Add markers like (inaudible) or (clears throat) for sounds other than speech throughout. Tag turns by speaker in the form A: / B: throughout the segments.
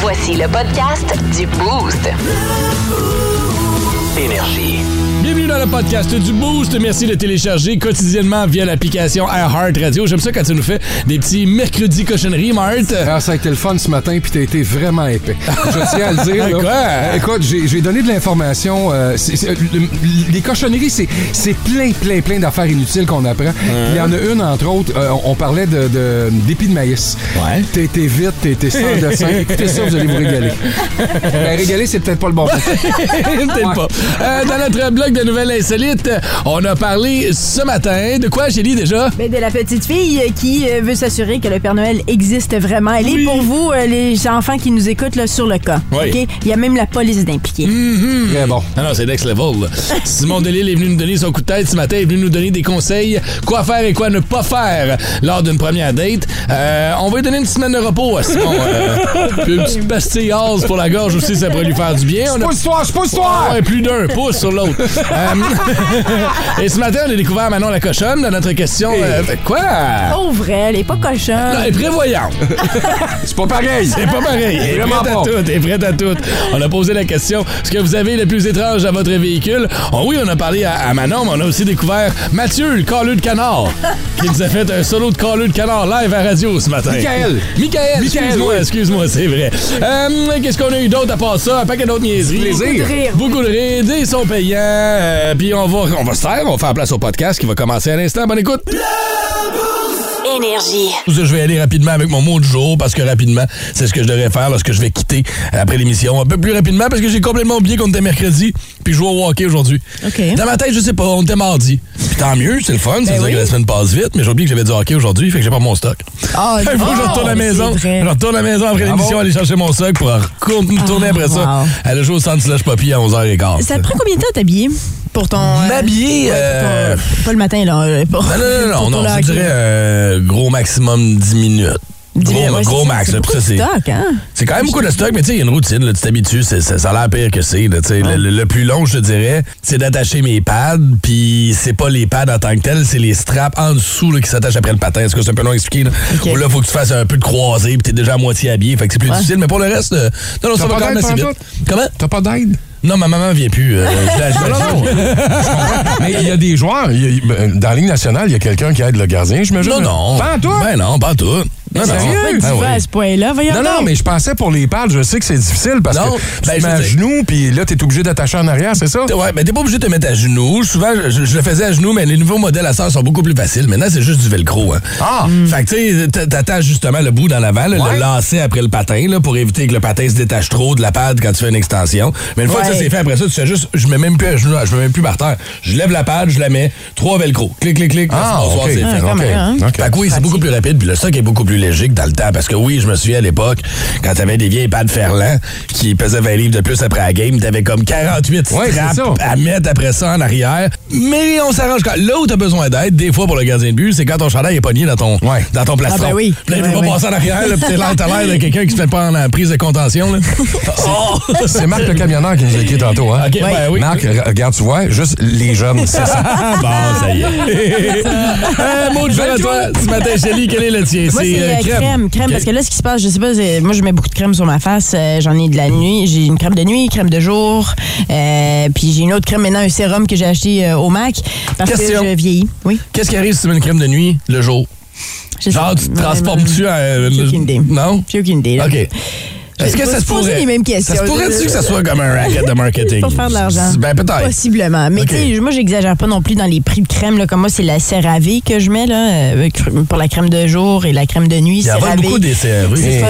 A: Voici le podcast du Boost.
B: Énergie.
C: Bienvenue dans le podcast du Boost. Merci de télécharger quotidiennement via l'application iHeart Radio. J'aime ça quand tu nous fais des petits mercredis cochonneries, Mart.
D: Ah
E: Alors, ça a été le fun ce matin, puis t'as été vraiment épais. Je tiens à le dire. là.
C: Quoi?
E: Euh, Écoute, j'ai j'ai donné de l'information. euh, c'est- c'est- euh, le- les cochonneries, c'est c'est plein, plein, plein d'affaires inutiles qu'on apprend. Il y en a une, entre autres, euh, on on parlait de- de- d'épis de, maïs.
C: Ouais.
E: T'as été vite, t'as été sans
C: (laughs)
E: dessin. Écoutez ça, vous allez vous régaler. Ben, régaler, c'est peut-être pas le bon
C: (laughs)
E: mot.
C: Peut-être pas. Euh, dans notre blog de nouvelles insolites, euh, on a parlé ce matin de quoi j'ai dit déjà?
F: Ben, de la petite fille euh, qui euh, veut s'assurer que le Père Noël existe vraiment. Elle est pour vous, euh, les enfants qui nous écoutent, là, sur le cas.
C: Oui.
F: OK? Il y a même la police d'impliquer.
E: Très bon.
C: Ah non, c'est next level. là. Simon Delille est venu nous donner son coup de tête ce matin, est venu nous donner des conseils, quoi faire et quoi ne pas faire lors d'une première date. Euh, on va lui donner une semaine de repos à Simon. euh, puis une petite pastille rase pour la gorge aussi, ça pourrait lui faire du bien. On a-
E: Pousse-toi, je pousse-toi!
C: Ah, Ouais, plus d'un pouce sur l'autre. Euh, et ce matin, on a découvert Manon la cochonne dans notre question. euh, quoi?
F: Oh, vrai, elle est pas cochonne.
C: Elle est prévoyante.
E: C'est pas pareil! (laughs)
C: C'est pas pareil. Elle est
E: Vraiment
C: prête à
E: pas.
C: tout. Elle est prête à tout. On a posé la question ce que vous avez le plus étrange à votre véhicule. Oh oui, on a parlé à, à Manon, mais on a aussi découvert Mathieu, le caleux de canard, qui nous a fait un solo de caleux de canard live à radio ce matin.
E: Michael.
C: Michael,
E: Michael,
C: excuse-moi,
E: oui.
C: excuse-moi, c'est vrai. Euh, Qu'est-ce qu'on a eu d'autre à part ça? Un paquet d'autres niaiseries.
E: Plaisir.
F: Beaucoup de rire.
C: Beaucoup de rires, des sons payants. euh, Puis on va, on va se taire, on va faire place au podcast qui va commencer à l'instant. Bonne écoute.
A: Énergie.
C: Ça, je vais aller rapidement avec mon mot du jour parce que rapidement, c'est ce que je devrais faire lorsque je vais quitter euh, après l'émission. Un peu plus rapidement parce que j'ai complètement oublié qu'on était mercredi puis je joue au hockey aujourd'hui.
F: OK. Ben
C: Dans ma tête, je sais pas, on était mardi. Puis tant mieux, c'est le fun, ça veut dire que la semaine passe vite, mais j'ai oublié que j'avais du hockey aujourd'hui, fait que j'ai pas mon stock.
F: Ah,
C: Il (laughs) faut que je
F: non,
C: retourne à la
F: c'est
C: maison.
F: vrai. Ah
C: Je retourne à la maison après l'émission, aller chercher mon stock pour retourner tourner après ça.
F: wow.
C: À le jour au centre slash papy à 11h15.
F: Ça te prend combien de temps à t'habiller pour ton. euh,
C: M'habiller,
F: ouais,
C: euh,
F: pour ton- Pas le matin, là. euh, Pour,
C: Non, non, non,
F: pour
C: non,
F: ton
C: non, je
F: lac,
C: dirais
F: là.
C: euh, gros maximum 10 minutes.
F: Dis-
C: Gros,
F: ouais,
C: gros
F: c'est-
C: max.
F: c'est
C: là, puis ça,
F: beaucoup de
C: c'est-
F: stock, hein?
C: C'est quand même beaucoup de stock, mais tu sais, il y a une routine. là, tu t'habitues, c'est- ça, ça a l'air pire que c'est. là, tu sais. Le, le- le plus long, je te dirais, c'est d'attacher mes pads, puis c'est pas les pads en tant que tels, c'est les straps en dessous là, qui s'attachent après le patin. Est-ce que c'est un peu long à expliquer? Là, Où là, faut que tu fasses un peu de croisé, puis t'es déjà à moitié habillé, fait que c'est plus difficile. Mais pour le reste, euh, non, non, ça
E: T'as
C: va
E: pas
C: quand même
E: d'aide
C: assez vite.
E: pendant
C: Comment?
E: T'as pas d'aide?
C: Non, ma maman vient
E: (laughs)
C: plus. euh, je la- je la-
D: Mais il y a des joueurs. il y a- il- ben, dans la Ligue nationale, il y a quelqu'un qui aide le gardien, je me
C: Non, non.
D: Pas toi.
C: Ben non, pas tout. Non, non.
F: Sérieux, tu
C: Ben
F: vas
C: oui.
F: à ce point-là? Voyons.
D: Non, non,
F: donc.
D: mais je pensais pour les pads, je sais que c'est difficile parce
C: Non,
D: que tu
C: ben,
D: te
C: je
D: mets à
C: sais.
D: genoux, puis là, t'es obligé d'attacher en arrière, c'est (laughs) ça?
C: T'es- Ouais, ben t'es pas obligé de te mettre à genoux. Souvent, je, je le faisais à genoux, mais les nouveaux modèles à sœur sont beaucoup plus faciles. Maintenant, c'est juste du velcro. Hein.
D: Ah!
C: Fait que tu sais, t- t'attaches justement le bout dans l'avant, là, le lacet après le patin, là, pour éviter que le patin se détache trop de la pad quand tu fais une extension. Mais une fois que ça
F: Ouais.
C: c'est fait, après ça, tu fais juste, je mets même plus à genoux, je mets même plus par terre. Je lève la pad, je la mets, trois velcro. Clic, clic, clic.
D: Ah,
C: merci, bonsoir,
D: ok.
C: c'est
D: Ah,
C: fait.
D: quand même, hein? Ok.
C: Fait que oui, c'est beaucoup plus rapide, puis le stock est beaucoup plus léger que dans le temps. Parce que oui, je me souviens à l'époque, quand t'avais des vieilles pads Ferland qui pesaient 20 livres de plus après la game, t'avais comme 48
D: Ouais, c'est
C: straps
D: ça.
C: à mettre après ça en arrière. Mais on s'arrange quand. Là où t'as besoin d'aide, des fois pour le gardien de but, c'est quand ton chandail est pogné dans ton,
D: Ouais.
C: dans ton plastron.
F: Ah, ben oui.
C: Puis là, il
F: Ouais,
C: peut pas
F: ouais.
C: passer en arrière, là, puis t'as l'air- t'as
F: (laughs)
C: l'air de quelqu'un qui se fait pas en en prise de contention. Là. Oh!
D: C'est Marc le camionneur qui nous a écrit tantôt, hein?
C: Ok, ben oui.
D: Marc, re- regarde, tu vois, juste les jeunes, c'est ça. (laughs)
C: Ah, bon, ça
F: (laughs)
C: y est. Euh, Un mot de jour à toi ce matin, Shelly, quel est le tien?
F: Moi, c'est
C: euh,
F: euh, crème. crème,
C: Ok.
F: parce que là, ce qui se passe, je sais pas, c'est- moi, je mets beaucoup de crème sur ma face. euh, J'en ai de la nuit. J'ai une crème de nuit, crème de jour. euh, puis j'ai une autre crème maintenant, un sérum que j'ai acheté euh, au MAC. Parce
C: Question.
F: que je vieillis. Oui.
C: Qu'est-ce qui arrive si tu mets une crème de nuit le jour?
F: Je
C: Genre,
F: sais-
C: tu te transformes-tu en. euh,
F: J'ai aucune idée.
C: Non?
F: J'ai aucune idée. là.
C: OK. Est-ce que
F: vais
C: ça
F: se
C: se
F: poser
C: pourrait?
F: les mêmes questions.
C: Ça se pourrait-tu
F: Je-
C: que ça soit comme un racket
F: (laughs)
C: de marketing?
F: Pour faire de l'argent.
C: Ben, peut-être.
F: Possiblement. Mais
C: Ok.
F: tu sais, moi, j'exagère pas non plus dans les prix de crème. Là. Comme moi, c'est la CeraVe que je mets là, euh, pour la crème de jour et la crème de nuit.
C: Il y en a
F: CeraVe.
C: beaucoup des CRV.
F: C'est ça,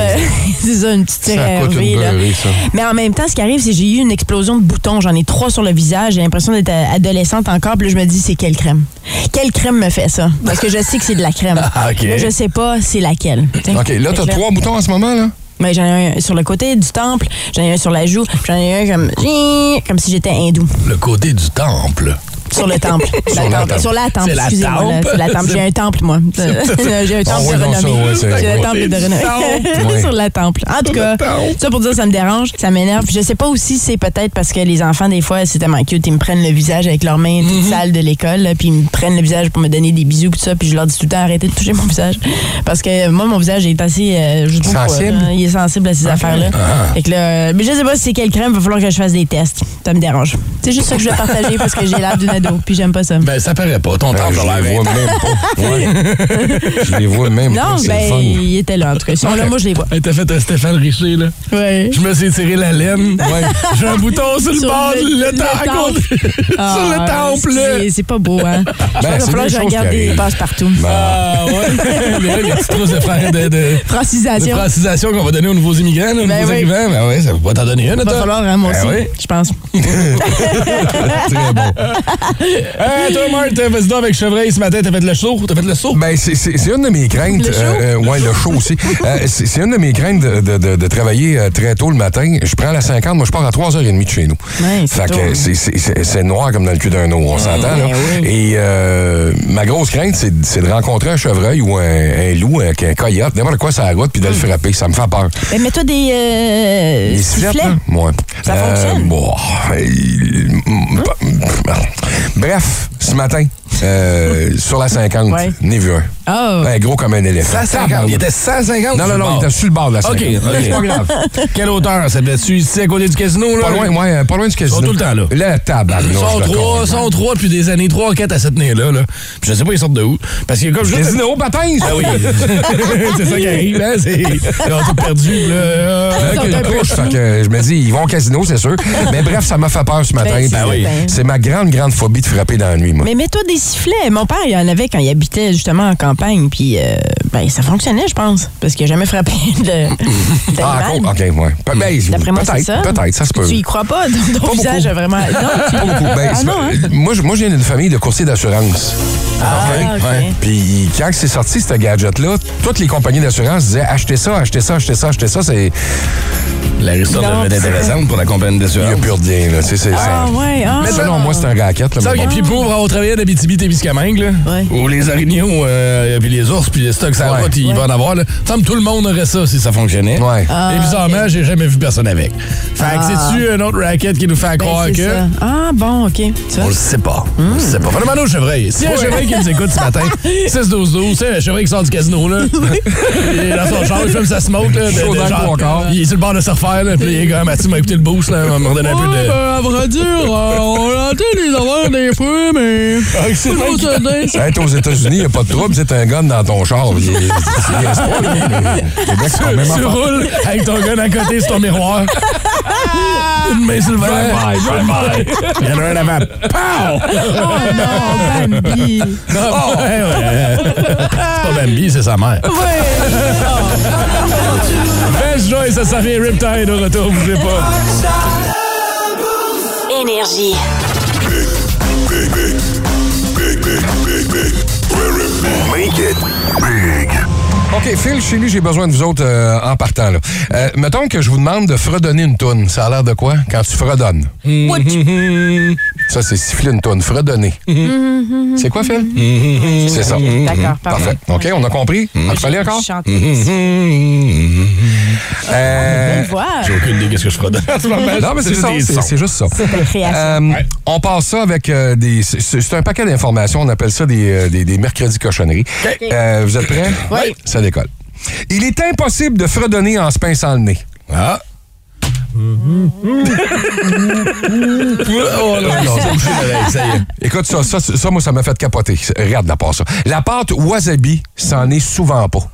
F: (laughs) c'est ça, une petite
D: Ça coûte une
F: CeraVe, là.
D: beurrée, ça.
F: Mais en même temps, ce qui arrive, c'est que j'ai eu une explosion de boutons. J'en ai trois sur le visage. J'ai l'impression d'être euh, adolescente encore. Puis là, je me dis, c'est quelle crème? Quelle crème me fait ça? Parce que je sais que c'est de la crème.
C: Ah, ok.
F: Là, je sais pas c'est laquelle. T'sais.
D: OK, là,
F: Fait
D: t'as
F: que
D: trois boutons en ce moment, là?
F: ben, j'en ai un sur le côté du temple, j'en ai un sur la joue, puis j'en ai un comme comme si j'étais hindou.
C: Le côté du temple.
F: Sur le temple.
D: Sur la tempe.
F: Sur la temple,
C: C'est la
F: excusez-moi. là.
C: tempe.
F: C'est la tempe. J'ai un temple, moi. (laughs) J'ai un temple
D: ouais,
F: de
D: non, ça,
F: renommée.
D: ouais, c'est-
F: J'ai un
D: ouais.
F: temple de renommée.
D: Ouais.
F: (laughs) Sur la temple. En tout cas, ça pour dire ça me dérange, ça m'énerve. Je sais pas aussi si c'est peut-être parce que les enfants, des fois, c'est tellement cute, ils me prennent le visage avec leurs mains toute sale de l'école, là, puis ils me prennent le visage pour me donner des bisous, puis tout ça, puis je leur dis tout le temps arrêtez de toucher mon visage. Parce que moi, mon visage est assez. euh, je trouve,
D: Sensible?
F: euh, il est sensible à ces affaires-là. Fait que là, euh, mais je sais pas si c'est quelle crème, va falloir que je fasse des tests. Ça me dérange. C'est juste ça que je vais partager parce que j'ai l'air d'une ado, puis j'aime pas ça.
C: Ben, ça paraît pas. Ton temps,
D: je
C: l'air
D: les vois
C: intense.
D: même pas. (laughs) Ouais. Je les vois même
F: non,
D: pas. C'est
F: ben,
D: le fun.
F: (laughs) il était là, en tout cas. Sinon, là, moi, je les vois.
C: Hey, T'as fait un Stéphane Richer, là.
F: Ouais.
C: Je me suis tiré la laine.
F: (laughs)
C: J'ai un bouton sur le
F: Sur
C: bord,
F: le-
C: le,
F: le
C: temps à
F: temple.
C: côté. (laughs) sur le
F: Ah,
C: temple.
F: c'est- C'est pas beau, hein? Il va
D: c'est
F: falloir
D: des
F: que je
D: choses qui
F: regarde des
D: arrivent.
F: passes partout.
C: Ah ouais, (laughs) les, les petites trousses de, fra- de, de, de
F: Francisation.
C: francisation qu'on va donner aux nouveaux immigrants, là, aux
F: Ben
C: nouveaux
F: oui.
C: arrivants. Ben ouais, ça va pas t'en donner une,
F: Il va
C: toi.
F: falloir, hein, moi
C: Ben
F: aussi,
C: oui.
F: je pense.
D: Très bon.
C: Hey, toi, Marc, vas-y donc avec Chevreuil ce matin, t'as fait le saut, t'as fait le saut.
D: Ben, c'est- c'est c'est une de mes craintes.
F: Le chaud?
D: euh, euh, ouais, le chaud aussi. Euh, c'est c'est une de mes craintes de, de- de- de travailler euh, très tôt le matin. Je prends la 50, moi je pars à 3h30 de chez nous.
F: Ouais, c'est
D: fait
F: tôt, hein.
D: que c'est- c'est- c'est c'est noir comme dans le cul d'un eau, on s'entend. là.
F: Ben oui.
D: Et euh, ma grosse crainte, c'est c'est de rencontrer un chevreuil ou un, un loup, un, un coyote, n'importe quoi sur la route,
F: Hum.
D: puis de le frapper. Ça me fait peur.
F: Ben, mets-toi des euh,
D: Les
F: sifflets.
D: sifflets, hein? Ouais.
F: Ça fonctionne? Hein?
D: bon, euh, il- Bref, ce matin, euh, sur la 50,
F: Ouais.
D: n'ai vu un.
F: Oh.
D: Ben, gros comme un éléphant.
C: il était 150
D: Non, non,
C: sur le
D: non,
C: bord.
D: il était sur le bord de la 50.
C: OK, OK.
D: C'est pas grave.
C: (laughs) Quelle hauteur? Ça venait-tu ici, à côté du casino, là? Ah,
D: Pas loin, ouais, euh, pas loin du casino.
C: sont tout le temps là.
D: La table.
C: Ils sont trois, ils sont trois depuis des années, trois, quatre à cette tenir-là, là. Puis je sais pas, ils sortent de où. Parce que comme je
D: Casino, patin!
C: Ah
D: (laughs)
C: oui. (laughs) c'est ça qui arrive, hein? C'est... Ils ont tout perdu, là. Euh,
F: sont
C: ok.
F: un peu
D: Couche, fait que je me dis, ils vont au casino, c'est sûr. Mais bref, ça m'a fait peur ce matin.
F: Ben, c'est
D: puis,
F: certain.
D: euh, C'est ma grande, grande phobie de frapper dans la nuit, moi.
F: Mais mets-toi des sifflets. Mon père, il en avait quand il habitait justement en campagne, puis euh, ben, ça fonctionnait, je pense, parce qu'il n'a jamais frappé de.
D: ah,
F: d'animal.
D: cool, OK, ouais. Pe- ben,
F: D'après moi, c'est ça.
D: Peut-être, peut-être, ça se peut.
F: Tu y crois pas? Ton, ton
D: beaucoup.
F: visage a
D: (laughs)
F: vraiment. Non, tu-
D: Pas beaucoup. Ben,
F: Ah
D: c'est-
F: non, hein?
D: moi, je, moi, je viens d'une famille de coursiers d'assurance.
F: Ah, ok.
D: Ouais. Puis quand c'est sorti, ce gadget-là, toutes les compagnies d'assurance disaient achetez ça, achetez ça, achetez ça, achetez ça. C'est.
C: La histoire
F: Non.
C: devait être intéressante pour la compagnie
D: Il n'y a
C: d'assurance.
D: plus rien, là. C'est, c'est,
F: Ah,
D: c'est-
F: ouais, ah.
D: Mais selon moi, c'est un racket, là.
C: Ça,
D: mais
C: et
D: bon.
C: puis pauvre, on travaillait à Abitibi-Témiscamingue, là,
F: Ouais.
C: où les araignées, euh, puis les ours, puis les stocks ça
D: Ouais.
C: route, ils
F: Ouais. Ah,
C: vont en avoir. Là. Semble tout le monde aurait ça si ça fonctionnait.
D: Ouais.
C: Et bizarrement, j'ai jamais vu personne avec. Fait que c'est-tu un autre racket qui nous fait
F: Ben,
C: croire
F: c'est
C: que...
F: ça. Ah, bon, OK. Tu vois?
C: On le sait pas. On le sait pas. Fais demande au chevreuil. S'il y a un chevreuil qui nous écoute ce
F: (laughs)
C: matin, 6-12-12, c'est un chevreuil qui sort du casino, là. Il est dans son char, il fume sa smoke, là. de-
D: Chaud
C: de
D: dans le
C: genre-
D: trois quarts.
C: Il est sur le bord de se refaire, là. Puis il est comme, Mathieu m'a écouté le boost, là. On m'a redonné un peu de.
F: ben, à vrai dire, euh, on entend les avoir des fois, mais.
C: Ah, c'est
D: Être aux États-Unis, il n'y a pas de trouble, c'est un gun dans ton char. Il- il- il reste pas, là, mais- Québec, c'est quand
C: (laughs)
D: même
C: Tu
D: affaire.
C: roules avec ton gun à côté sur ton
F: (laughs)
C: miroir. Une main sur le volant.
D: Bye, bye, bye.
C: Il y en a un avant. Pow!
F: non, oh,
D: (laughs)
F: Bambi. Oh!
C: Non, ouais, ouais. C'est pas Bambi, c'est sa mère.
F: Ouais.
C: Belle joie, ça s'en vient Riptide au retour, bougez pas.
A: Énergie.
D: OK, Phil, chez lui, j'ai besoin de vous autres euh, en partant. Là. Euh, mettons que je vous demande de fredonner une toune. Ça a l'air de quoi quand tu fredonnes? (laughs) Ça, c'est siffler une toune.
F: (laughs)
D: Fredonner. C'est
C: (laughs)
D: quoi, Phil? C'est ça.
F: D'accord,
D: Parfait.
F: parfait.
D: OK, on a compris? On te fallait encore? Mhm.
F: Chanter. (laughs)
D: Euh,
F: Voix.
C: J'ai aucune idée qu'est-ce que je (laughs) ferai dans ce moment.
D: non, mais c'est
C: juste
D: ça,
C: des
D: c'est
C: sons.
D: c'est juste ça.
F: Ta création.
D: Euh, On passe ça avec euh, des. C'est c'est un paquet d'informations. On appelle ça des, euh, des, des mercredis cochonneries. Euh, vous êtes prêts?
F: Oui.
D: Ça décolle. Il est impossible de fredonner en se pinçant le nez.
C: Ah. oh non, non, ça me fait mal, ça y est.
D: (laughs) Écoute, ça, ça, ça, moi, ça m'a fait capoter. C'est- Regarde la part, ça. La pâte wasabi, ça en est souvent pas.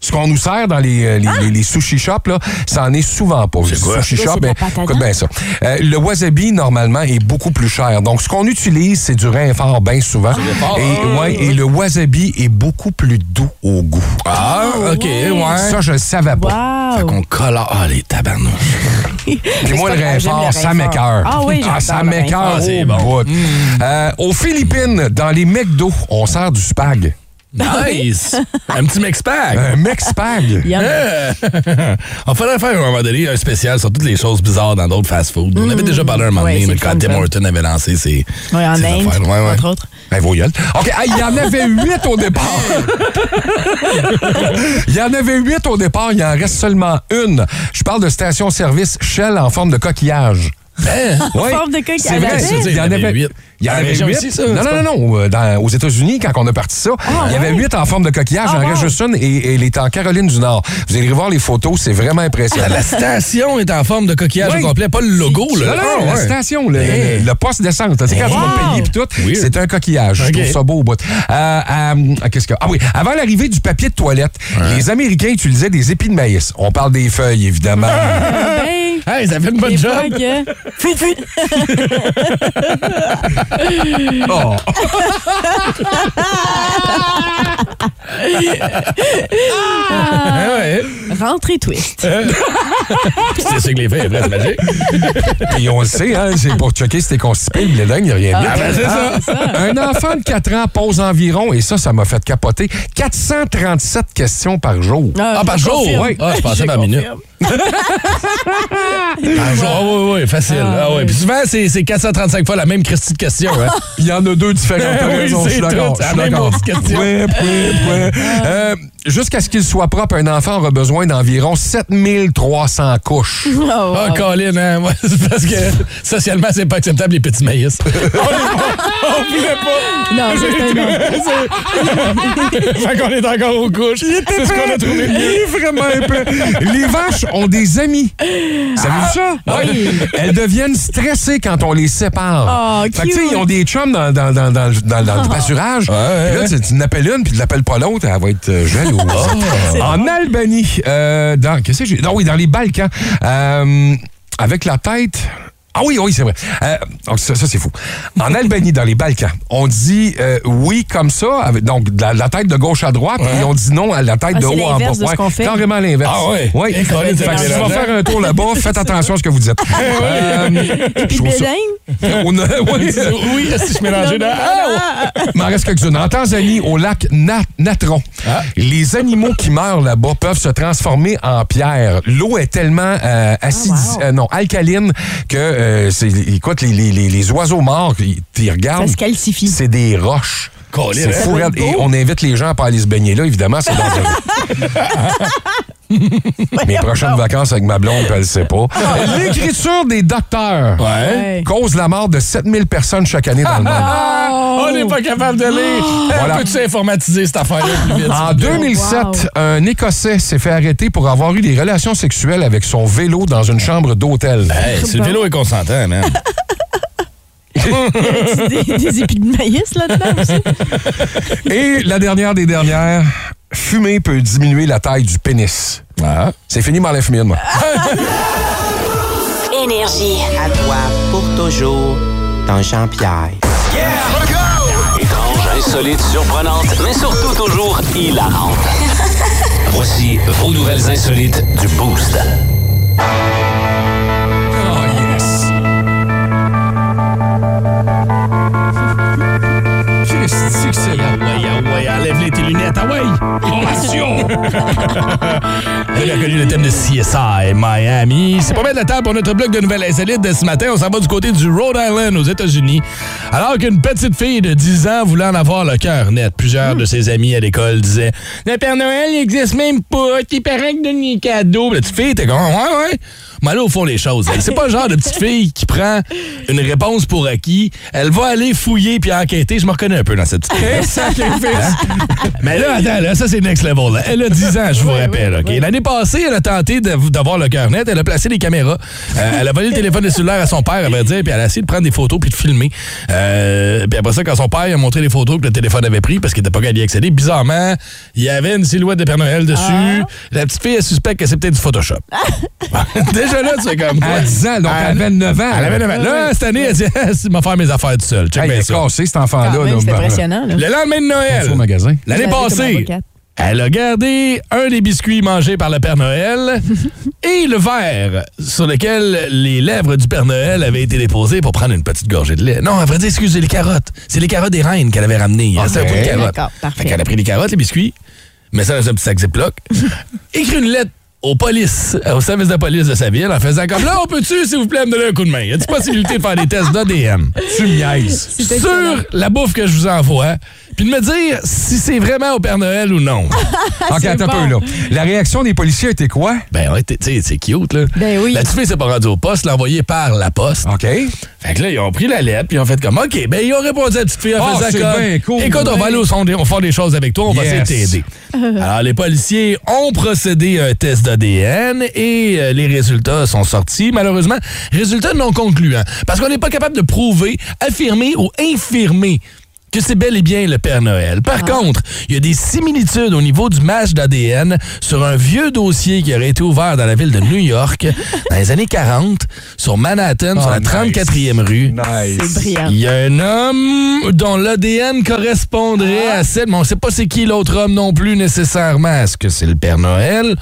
D: Ce qu'on nous sert dans les, euh, les, les- les sushi shops, là, ça en est souvent pas. C'est
C: quoi?
D: Sushi
F: Mais
D: shop,
F: c'est de
D: ben,
F: la pâte à
D: écoute
F: dents.
D: bien ça. Euh, le wasabi, normalement, est beaucoup plus cher. Donc, ce qu'on utilise, c'est du rainfort bien souvent. Et, ouais, et le wasabi est beaucoup plus doux au goût.
C: Ah, ok, ouais.
D: Ça, je le savais pas.
F: Wow.
C: Fait qu'on colore. Ah, les tabarnouches.
D: Puis moi, le
F: c'est pas grave, j'aime
D: rainfort,
F: le
D: ça
F: rainfort.
D: m'écœure.
F: Ah oui, j'adore
D: ça
F: le
D: m'écœure.
C: Ah,
F: rainfort.
C: c'est
D: au bout. Euh, aux Philippines, dans les McDo, on sert du spag.
C: Nice! un petit mexpack!
D: Un mec
F: (laughs)
D: spag.
F: Yum.
C: (laughs) On faudrait faire à un moment donné un spécial sur toutes les choses bizarres dans d'autres fast-food. On avait déjà parlé un moment
F: Mm. Ouais,
C: donné
F: c'est
C: mais
F: le
C: quand
F: fun,
C: Tim
F: ça.
C: Horton avait lancé ses.
F: Ouais, en
C: ses
F: Inde,
C: affaires. Ouais, ouais.
F: entre autres.
D: Un vos gueules. OK, ah, il y en avait huit au
F: (laughs)
D: départ. il y en avait huit au départ, il en reste seulement une. Je parle de station-service Shell en forme de coquillage.
C: Ben,
D: Oui,
F: forme de coquillage.
D: C'est vrai,
F: Ah,
D: c'est-
F: ben.
D: il y en avait huit. Il y en
C: Ah,
D: avait
C: mais j'ai
D: huit.
C: aussi ça,
D: non,
C: c'est
D: non, non, non. euh, dans- aux États-Unis, quand on a parti ça, il y avait
F: Ah, ouais.
D: huit en forme de coquillage.
F: Ah,
D: en
F: wow.
D: reste juste une et, et elle est en Caroline du Nord. Vous allez voir les photos, c'est vraiment impressionnant.
C: Ah,
D: Ah,
C: la station est en forme de coquillage
D: Oui.
C: au complet, pas le logo.
D: Non,
C: Là.
D: non,
C: Ah,
D: la
C: ouais.
D: station, le,
C: Hey.
D: le- le poste d'essence. Tu sais, quand tu vas
F: Wow.
D: payer pis tout,
C: Weird.
D: c'est un coquillage.
C: Ok.
D: Je trouve ça beau au bout. Euh, euh, qu'est-ce que... Ah oui, avant l'arrivée du papier de toilette, les Américains utilisaient des épis de maïs. On parle des
C: (laughs)
D: feuilles, évidemment. (laughs)
F: Ben,
C: Hey, ça fait une bonne
F: des
C: job.
F: fois que- Fui, fui.
D: Oh.
C: Ah ouais.
F: Rentre et twist.
C: C'est ça que les faits, après, c'est magique.
D: Puis on le sait, hein, c'est pour checker si t'es constipé, le dingue, il n'y a rien de mieux.
C: Ah, ben, c'est ça.
D: Un enfant de 4 ans pose environ, et ça, ça m'a fait capoter, 437 questions par jour.
C: Ah, par jour, oui. Ah, je pensais par minute. Ah, genre, oui, oui, oui, facile. Ah, ouais. Puis souvent, c'est c'est 435 fois la même Christie de question. (laughs) Hein?
D: Il y en a deux différentes
C: (laughs) Oui,
D: raisons,
C: c'est
D: je suis
C: tout,
D: d'accord.
C: c'est la
D: je suis
C: même
D: d'accord.
C: autre question.
D: Ouais, ouais, ouais.
C: Ah.
D: Euh, Jusqu'à ce qu'il soit propre, un enfant aura besoin d'environ 7300
C: (laughs)
D: couches.
C: Ah, Colin, hein? Ouais, c'est parce que socialement, c'est pas acceptable les petits maïs. (laughs) On les on voulait pas.
F: Non, ça, c'est un autre.
C: Fait qu'on est encore aux couches. C'est ce qu'on a trouvé.
D: Il est vraiment épais. Les vaches ont des amis. Savez-vous ça?
C: Ah. oui. Ah,
D: Elles deviennent stressées quand on les sépare.
F: Oh,
D: fait que, tu sais,
F: cute.
D: ils ont des chums dans, dans- dans- dans- dans- dans
F: Ah.
D: le pâturage.
C: ouais,
D: Puis là, tu- tu n'appelles une, puis tu l'appelles pas l'autre, elle va être euh,
F: (laughs)
D: jalouse.
F: Ah.
D: En Albanie, euh, dans, qu'est-ce que j'ai? Non, oui, dans les Balkans, euh, avec la tête. Ah oui, oui, c'est vrai. Euh, donc ça, ça, c'est fou. En
F: (laughs)
D: Albanie, dans les Balkans, on dit euh, oui comme ça, avec- donc de la, de la tête de gauche à droite, et on dit non à la tête
F: Ah,
D: de
F: c'est
D: haut en bas.
F: l'inverse de ce
D: Ouais,
F: qu'on fait.
D: Carrément l'inverse.
C: Ah ouais?
D: Oui.
C: Eh, Colin,
D: Fait
C: t'es
D: que si tu vas
C: mélangeant.
D: faire un tour là-bas,
F: (laughs)
D: faites attention à ce que vous dites. Euh, je
F: Puis
D: trouve ça-
F: Bédin,
D: on a- (laughs) oui.
C: (laughs) Oui, si je mélangeais dans. Ah,
D: Il m'en reste quelques-unes. En Tanzanie, au lac Na- Natron,
C: Ah.
D: les animaux qui meurent là-bas peuvent se transformer en pierre. L'eau est tellement euh, acide,
F: Ah, wow.
D: euh, non, alcaline que, euh, c'est- écoute, les, les- les- les oiseaux morts, ils ils
F: ça
D: regardent,
F: se calcifie.
D: c'est des roches.
C: Colin,
D: C'est
C: hein?
D: fou, raide. Et on invite les gens à pas aller se baigner là, évidemment, c'est dangereux.
F: (laughs)
D: Mes prochaines vacances avec ma blonde, elle le sait pas. L'écriture des docteurs
C: Ouais.
F: Ah. Ouais.
D: cause la mort de 7000 personnes chaque année dans le monde.
F: (laughs)
C: On n'est pas capable de lire.
D: Voilà.
C: Peux-tu informatiser cette affaire-là plus vite?
D: En 2007, un Écossais s'est fait arrêter pour avoir eu des relations sexuelles avec son vélo dans une chambre d'hôtel.
C: (laughs) Hey, si le vélo est consentant, (laughs) man.
F: des, des
D: (laughs)
F: épis de maïs là-dedans aussi.
D: Et la dernière des dernières, fumer peut diminuer la taille du pénis.
C: Ah.
D: C'est fini, m'enlève fumer de moi.
B: Énergie.
G: à toi pour toujours, ton Jean-Pierre.
H: Étrange, insolite, surprenante, mais surtout toujours hilarante. Voici vos nouvelles insolites du Boost.
C: ouais, enlève-les tes lunettes, ah ouais! (laughs) Formation! On a connu le thème de CSI Miami. C'est pas mal de la table pour notre bloc de nouvelles insolites de ce matin. On s'en va du côté du Rhode Island aux États-Unis. Alors qu'une petite fille de 10 ans voulait en avoir le cœur net, plusieurs de ses amis à l'école disaient Le Père Noël n'existe même pas, tes parents qui donnent les cadeaux. La petite fille était comme Ouais, ouais. Mais là, au fond, les choses. elle. C'est pas le genre de petite fille qui prend une réponse pour acquis. Elle va aller fouiller puis enquêter. Je me reconnais un peu dans cette petite fille. Hein? Mais là, attends, là, ça, c'est next level. là. Elle a 10 ans, je vous rappelle. ok? L'année passée, elle a tenté de- d'avoir le cœur net. Elle a placé des caméras. Euh, elle a volé le téléphone de cellulaire à son père, à vrai dire, puis elle a essayé de prendre des photos puis de filmer. Euh, puis après ça, quand son père il a montré les photos que le téléphone avait pris parce qu'il n'était pas capable d'y accéder, bizarrement, il y avait une silhouette de Père Noël dessus. La petite fille, elle suspecte que c'est peut-être du Photoshop. Déjà là, tu fais comme.
D: À 10 ans, donc à 29 ans.
C: Elle avait 9 ans. Là, cette année, elle dit (laughs) Ah, Il m'a faire mes affaires tout seul. Check
D: Hey, il
C: bien
D: est
C: ça.
D: cassé, cet
F: Quand
D: enfant-là.
F: même,
D: là. ben,
F: c'est Ah, impressionnant. Là.
C: Le lendemain de Noël.
D: Au magasin.
C: L'année
F: J'avais comme
C: passée,
F: avocate.
C: Elle a gardé un des biscuits mangés par le Père
F: (laughs)
C: Noël et le verre sur lequel les lèvres du Père Noël avaient été déposées pour prendre une petite gorgée de lait. Non, à vrai dire, excusez, les carottes. C'est les carottes des reines qu'elle avait ramenées. Il restait un peu de carottes.
F: D'accord, parfait.
C: Fait qu'elle a pris les carottes, les biscuits, met ça dans un petit sac Ziploc,
F: (laughs)
C: écrit une lettre aux polices, euh, au service de police de sa ville en faisant comme là, on peut-tu, s'il vous plaît, me donner un coup de main? Y a-t-il possibilité de faire des tests d'ADN? Tu me niaises.
F: (laughs) C'est excellent.
C: Sur la bouffe que je vous envoie, puis de me dire si c'est vraiment au Père Noël ou
F: (laughs)
C: non.
D: OK, attends ben. un peu, là. La réaction des policiers était quoi?
C: Ben ouais, t'es- tu sais, c'est cute, là.
F: Ben oui.
C: La petite fille s'est pas rendue au poste, l'a envoyée par la poste.
D: OK.
C: Fait que là, ils ont pris la lettre, puis ils ont fait comme, OK, ben ils ont répondu à la petite fille en
D: Ah,
C: faisant
D: c'est
C: comme,
D: bien cool,
C: écoute, on va
D: ouais.
C: aller au son, on va faire des choses avec toi, on va
D: Yes.
C: essayer de t'aider. Alors, les policiers ont procédé à un test d'ADN et euh, les résultats sont sortis. Malheureusement, résultats non concluants. Parce qu'on n'est pas capable de prouver, affirmer ou infirmer que c'est bel et bien le Père Noël. Par contre, il y a des similitudes au niveau du match d'ADN sur un vieux dossier qui aurait été ouvert dans la ville de New York dans les années 40 sur Manhattan, sur
D: Oh,
C: la
D: nice.
C: 34e rue.
F: C'est
D: Nice.
F: brillant.
C: Il y a un homme dont l'ADN correspondrait à celle, mais on sait pas c'est qui l'autre homme non plus nécessairement. Est-ce que c'est le Père Noël?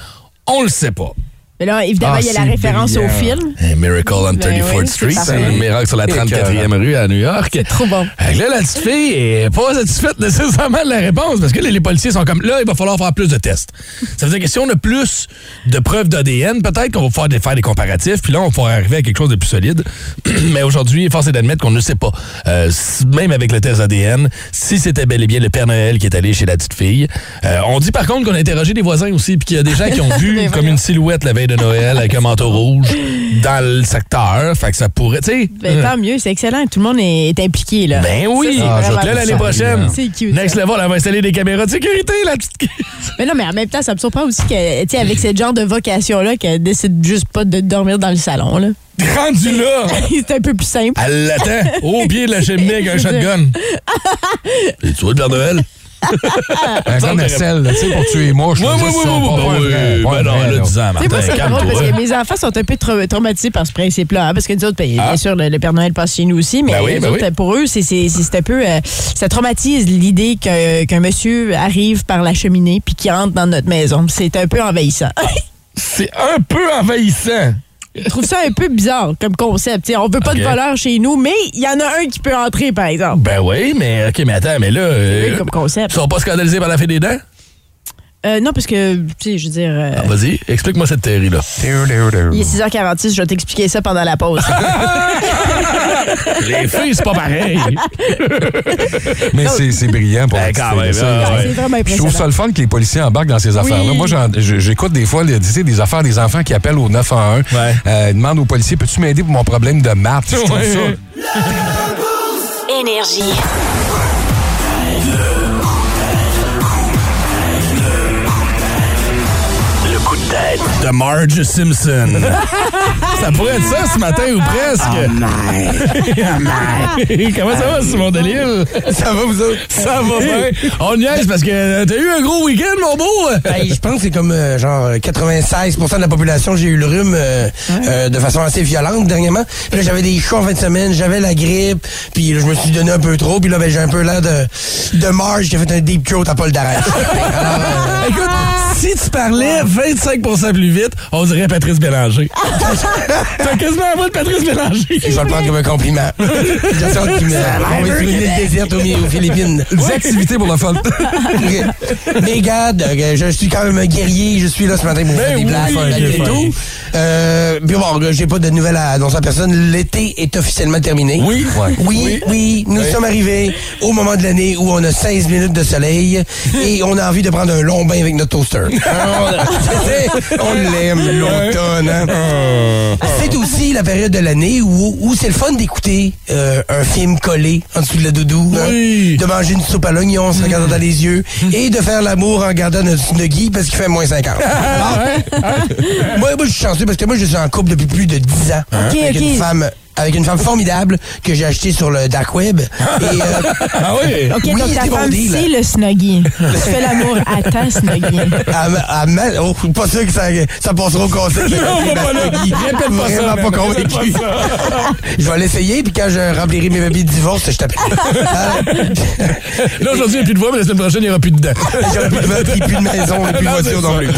C: On le sait pas.
F: Mais là, évidemment,
D: Ah,
F: il y a la
D: c'est
F: référence au
D: brillant.
F: film.
C: Un miracle on
F: Ben
C: 34th
F: oui, c'est
C: Street,
F: parfait.
C: un miracle sur la
D: Écœurant.
C: 34e rue à New York. C'est
F: trop bon.
C: là, la petite fille est pas satisfaite nécessairement de la réponse parce que là, les policiers sont comme là, il va falloir faire plus de tests. Ça veut dire que si on a plus de preuves d'ADN, peut-être qu'on va pouvoir des- faire des comparatifs, puis là, on va pouvoir arriver à quelque chose de plus solide. (clears throat) Mais aujourd'hui, force est d'admettre qu'on ne sait pas, euh, s- même avec le test ADN, si c'était bel et bien le Père Noël qui est allé chez la petite fille. Euh, on dit par contre qu'on a interrogé des voisins aussi, puis qu'il y a des gens qui ont vu
F: Mais
C: comme
F: voyons.
C: une silhouette la veille de Noël avec un manteau rouge dans le secteur. Fait que ça pourrait, tu sais.
F: Ben,
D: Hein.
F: tant mieux, c'est excellent. Tout le monde est, est impliqué, là.
C: Ben
F: Ça,
C: oui!
F: c'est
D: Ah, je
F: vraiment
C: Là, l'année
F: cool.
C: prochaine,
F: C'est cute.
C: Next
F: ça.
C: Level, elle va installer des caméras de sécurité, la petite.
F: Mais non, mais en même temps, ça me surprend aussi que, tu sais, avec ce genre de vocation-là, qu'elle décide juste pas de dormir dans le salon, là. (laughs)
C: Rendue là!
F: c'est un peu plus simple.
C: Elle l'attend au pied de la cheminée avec un (laughs)
F: C'est
C: shotgun. Et tu vois le Père Noël?
D: Un
C: Ça,
D: gun à
C: t'aurais-
D: sel, là, tu sais, pour tuer moi.
C: Oui, oui, oui, oui. Ben oui, ben non, elle a 10 ans,
F: C'est
C: Martin.
F: moi, c'est drôle parce
C: Calme-toi.
F: que mes enfants sont un peu tra- traumatisés par ce principe-là. hein, parce que nous autres, ben, bien sûr, le, le Père Noël passe chez nous aussi, mais
C: Ah. Ben oui,
F: les
C: ben
F: autres,
C: oui.
F: pour eux, c'est- c'est c'est- c'est un peu. euh, ça traumatise l'idée que- qu'un monsieur arrive par la cheminée puis qu'il rentre dans notre maison. C'est un peu envahissant.
C: Ah. C'est un peu envahissant.
F: Je trouve ça un peu bizarre comme concept. tu sais, on veut pas de
C: Ok.
F: voleurs chez nous, mais il y en a un qui peut entrer, par exemple.
C: Ben oui, mais OK, mais attends, mais là. euh,
F: Oui, comme concept.
C: Ils sont pas scandalisés par la fée des dents?
F: Euh, non, parce que, tu sais, je veux dire. euh,
C: Ah, Vas-y, explique-moi cette théorie-là.
F: il est 6h46, je vais t'expliquer ça pendant la pause.
C: Ah, Les filles, c'est pas pareil.
D: Mais c'est c'est brillant pour
C: Ben,
D: la petite
C: quand
D: fille,
C: même,
D: ça.
C: ah, ouais.
F: (laughs) C'est vraiment
D: Je trouve ça
F: impressionnant.
D: le fun que les policiers embarquent dans ces affaires-là.
F: Oui.
D: Moi, j'en- je- j'écoute des fois les- tu sais, des affaires des enfants qui appellent au 911.
C: Ouais.
D: Euh, ils demandent aux policiers, peux-tu m'aider pour mon problème de maths? Je trouve ça
C: Ouais. Ah,
A: Énergie.
H: Le coup de tête.
C: de Marge Simpson. ça pourrait être ça ce matin ou presque. (laughs) Comment ça va, Simon Delille? Ça va, vous autres? Ça va bien. On niaise parce que euh, t'as eu un gros week-end, mon beau.
B: Ben, je pense que c'est comme euh, genre euh, 96 de la population, j'ai eu le rhume euh, euh, de façon assez violente dernièrement. Puis là, j'avais des cheveux en fin de semaine, j'avais la grippe, puis là, je me suis donné un peu trop, puis là, ben, j'ai un peu l'air de, de Marge, j'ai fait un deep throat à Paul Darrel.
C: Écoute, si tu parlais 25 plus vite, on dirait Patrice Bélanger. T'as quasiment la voix de Patrice Bélanger.
B: Je vais le prendre comme un compliment. Je sens qu'il me- On va sur une île déserte au milieu- aux Philippines.
D: Des activités pour le fun.
B: (laughs) Ok. Mais regarde, euh, je suis quand même un guerrier, je suis là ce matin pour vous faire des
C: oui,
B: blagues
C: enfin,
B: malgré
C: enfin.
B: tout. Euh, puis bon, euh, j'ai pas de nouvelles à annoncer à personne. L'été est officiellement terminé.
C: Oui. Ouais.
B: oui, oui, Nous sommes arrivés au moment de l'année où on a 16 minutes de soleil et on a envie de prendre un long bain avec notre toaster. Hein, on- on l'aime, l'automne. hein.
F: Ah.
B: C'est aussi la période de l'année où, où c'est le fun d'écouter euh, un film collé en dessous de la doudou, hein,
C: Oui.
B: de manger une soupe à l'oignon en se regardant dans les yeux
F: Hmm.
B: et de faire l'amour en regardant notre snuggie parce qu'il fait moins
F: (laughs)
B: Ah. 50.
F: Ah,
B: (laughs) Bon. moi, moi, je suis chanceux parce que moi, je suis en couple depuis plus de 10 ans
F: Ok,
B: avec
F: ok.
B: une femme avec une femme formidable que j'ai achetée sur le dark
F: (laughs)
B: web. Et, euh,
C: (laughs) Ah oui?
F: OK,
B: Oui,
F: donc ta
B: c'est mon
F: femme,
B: deal.
F: c'est le snuggie. tu fais l'amour
D: (laughs)
F: à ta snuggie.
B: elle m'a- elle m'a- oh, je suis pas sûr que ça, ça passera au conseil.
C: Non, pas là. Répète pas ça,
B: Vraiment
C: man.
B: pas
C: Répète
B: convaincu. je vais l'essayer, puis quand je remplirai mes papiers de divorce, je t'appelle.
C: Ah. Là, aujourd'hui, il n'y a plus de voix, mais la semaine prochaine, il n'y aura plus de dents.
B: J'aurais plus de meubles, puis plus de maison, et plus de
C: Non, c'est
B: voiture non plus.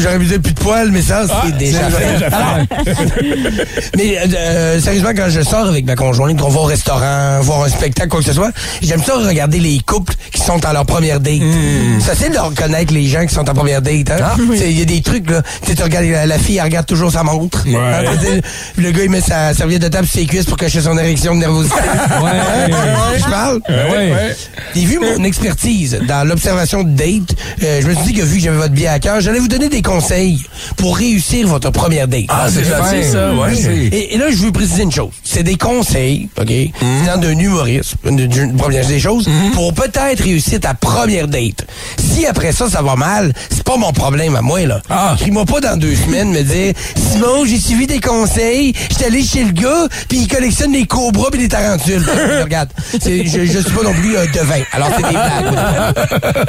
B: J'aurais pu dire plus de poils, mais ça, c'est
C: Ah,
B: déjà fait. Mais euh, euh, sérieusement, quand je sors avec ma conjointe, qu'on va au restaurant, voir un spectacle, quoi que ce soit, j'aime ça regarder les couples qui sont à leur première date.
E: Hmm.
B: Ça, c'est de reconnaître les gens qui sont en première date.
E: Ah,
B: hein. C'est- Il y a des trucs, là. Tu sais, tu regardes, la, la fille, elle regarde toujours sa montre.
C: Ouais.
B: Hein, tu sais, le gars, il met sa serviette de table sur ses cuisses pour cacher son érection de nervosité. (laughs)
E: Ouais.
B: Je parle.
E: Ben ouais.
B: Et vu mon expertise dans l'observation de date, euh, je me suis dit que vu que j'avais votre bien à cœur, j'allais vous donner des conseils pour réussir votre première date.
C: Ah, c'est gentil, ça, ouais.
E: Merci.
B: Et, et là, je veux préciser une chose. C'est des conseils, OK, venant d'un humoriste, une, d'une- première des choses, pour peut-être réussir ta première date. Si après ça, ça va mal, c'est pas mon problème à moi, là.
C: Ah.
B: Crie-moi pas dans deux semaines me dire « Simon, j'ai suivi des conseils, j'étais allé chez le gars, puis il collectionne les cobras puis les tarentules. » Regarde, c'est- je, je suis pas non plus euh, devin. Alors, c'est des blagues.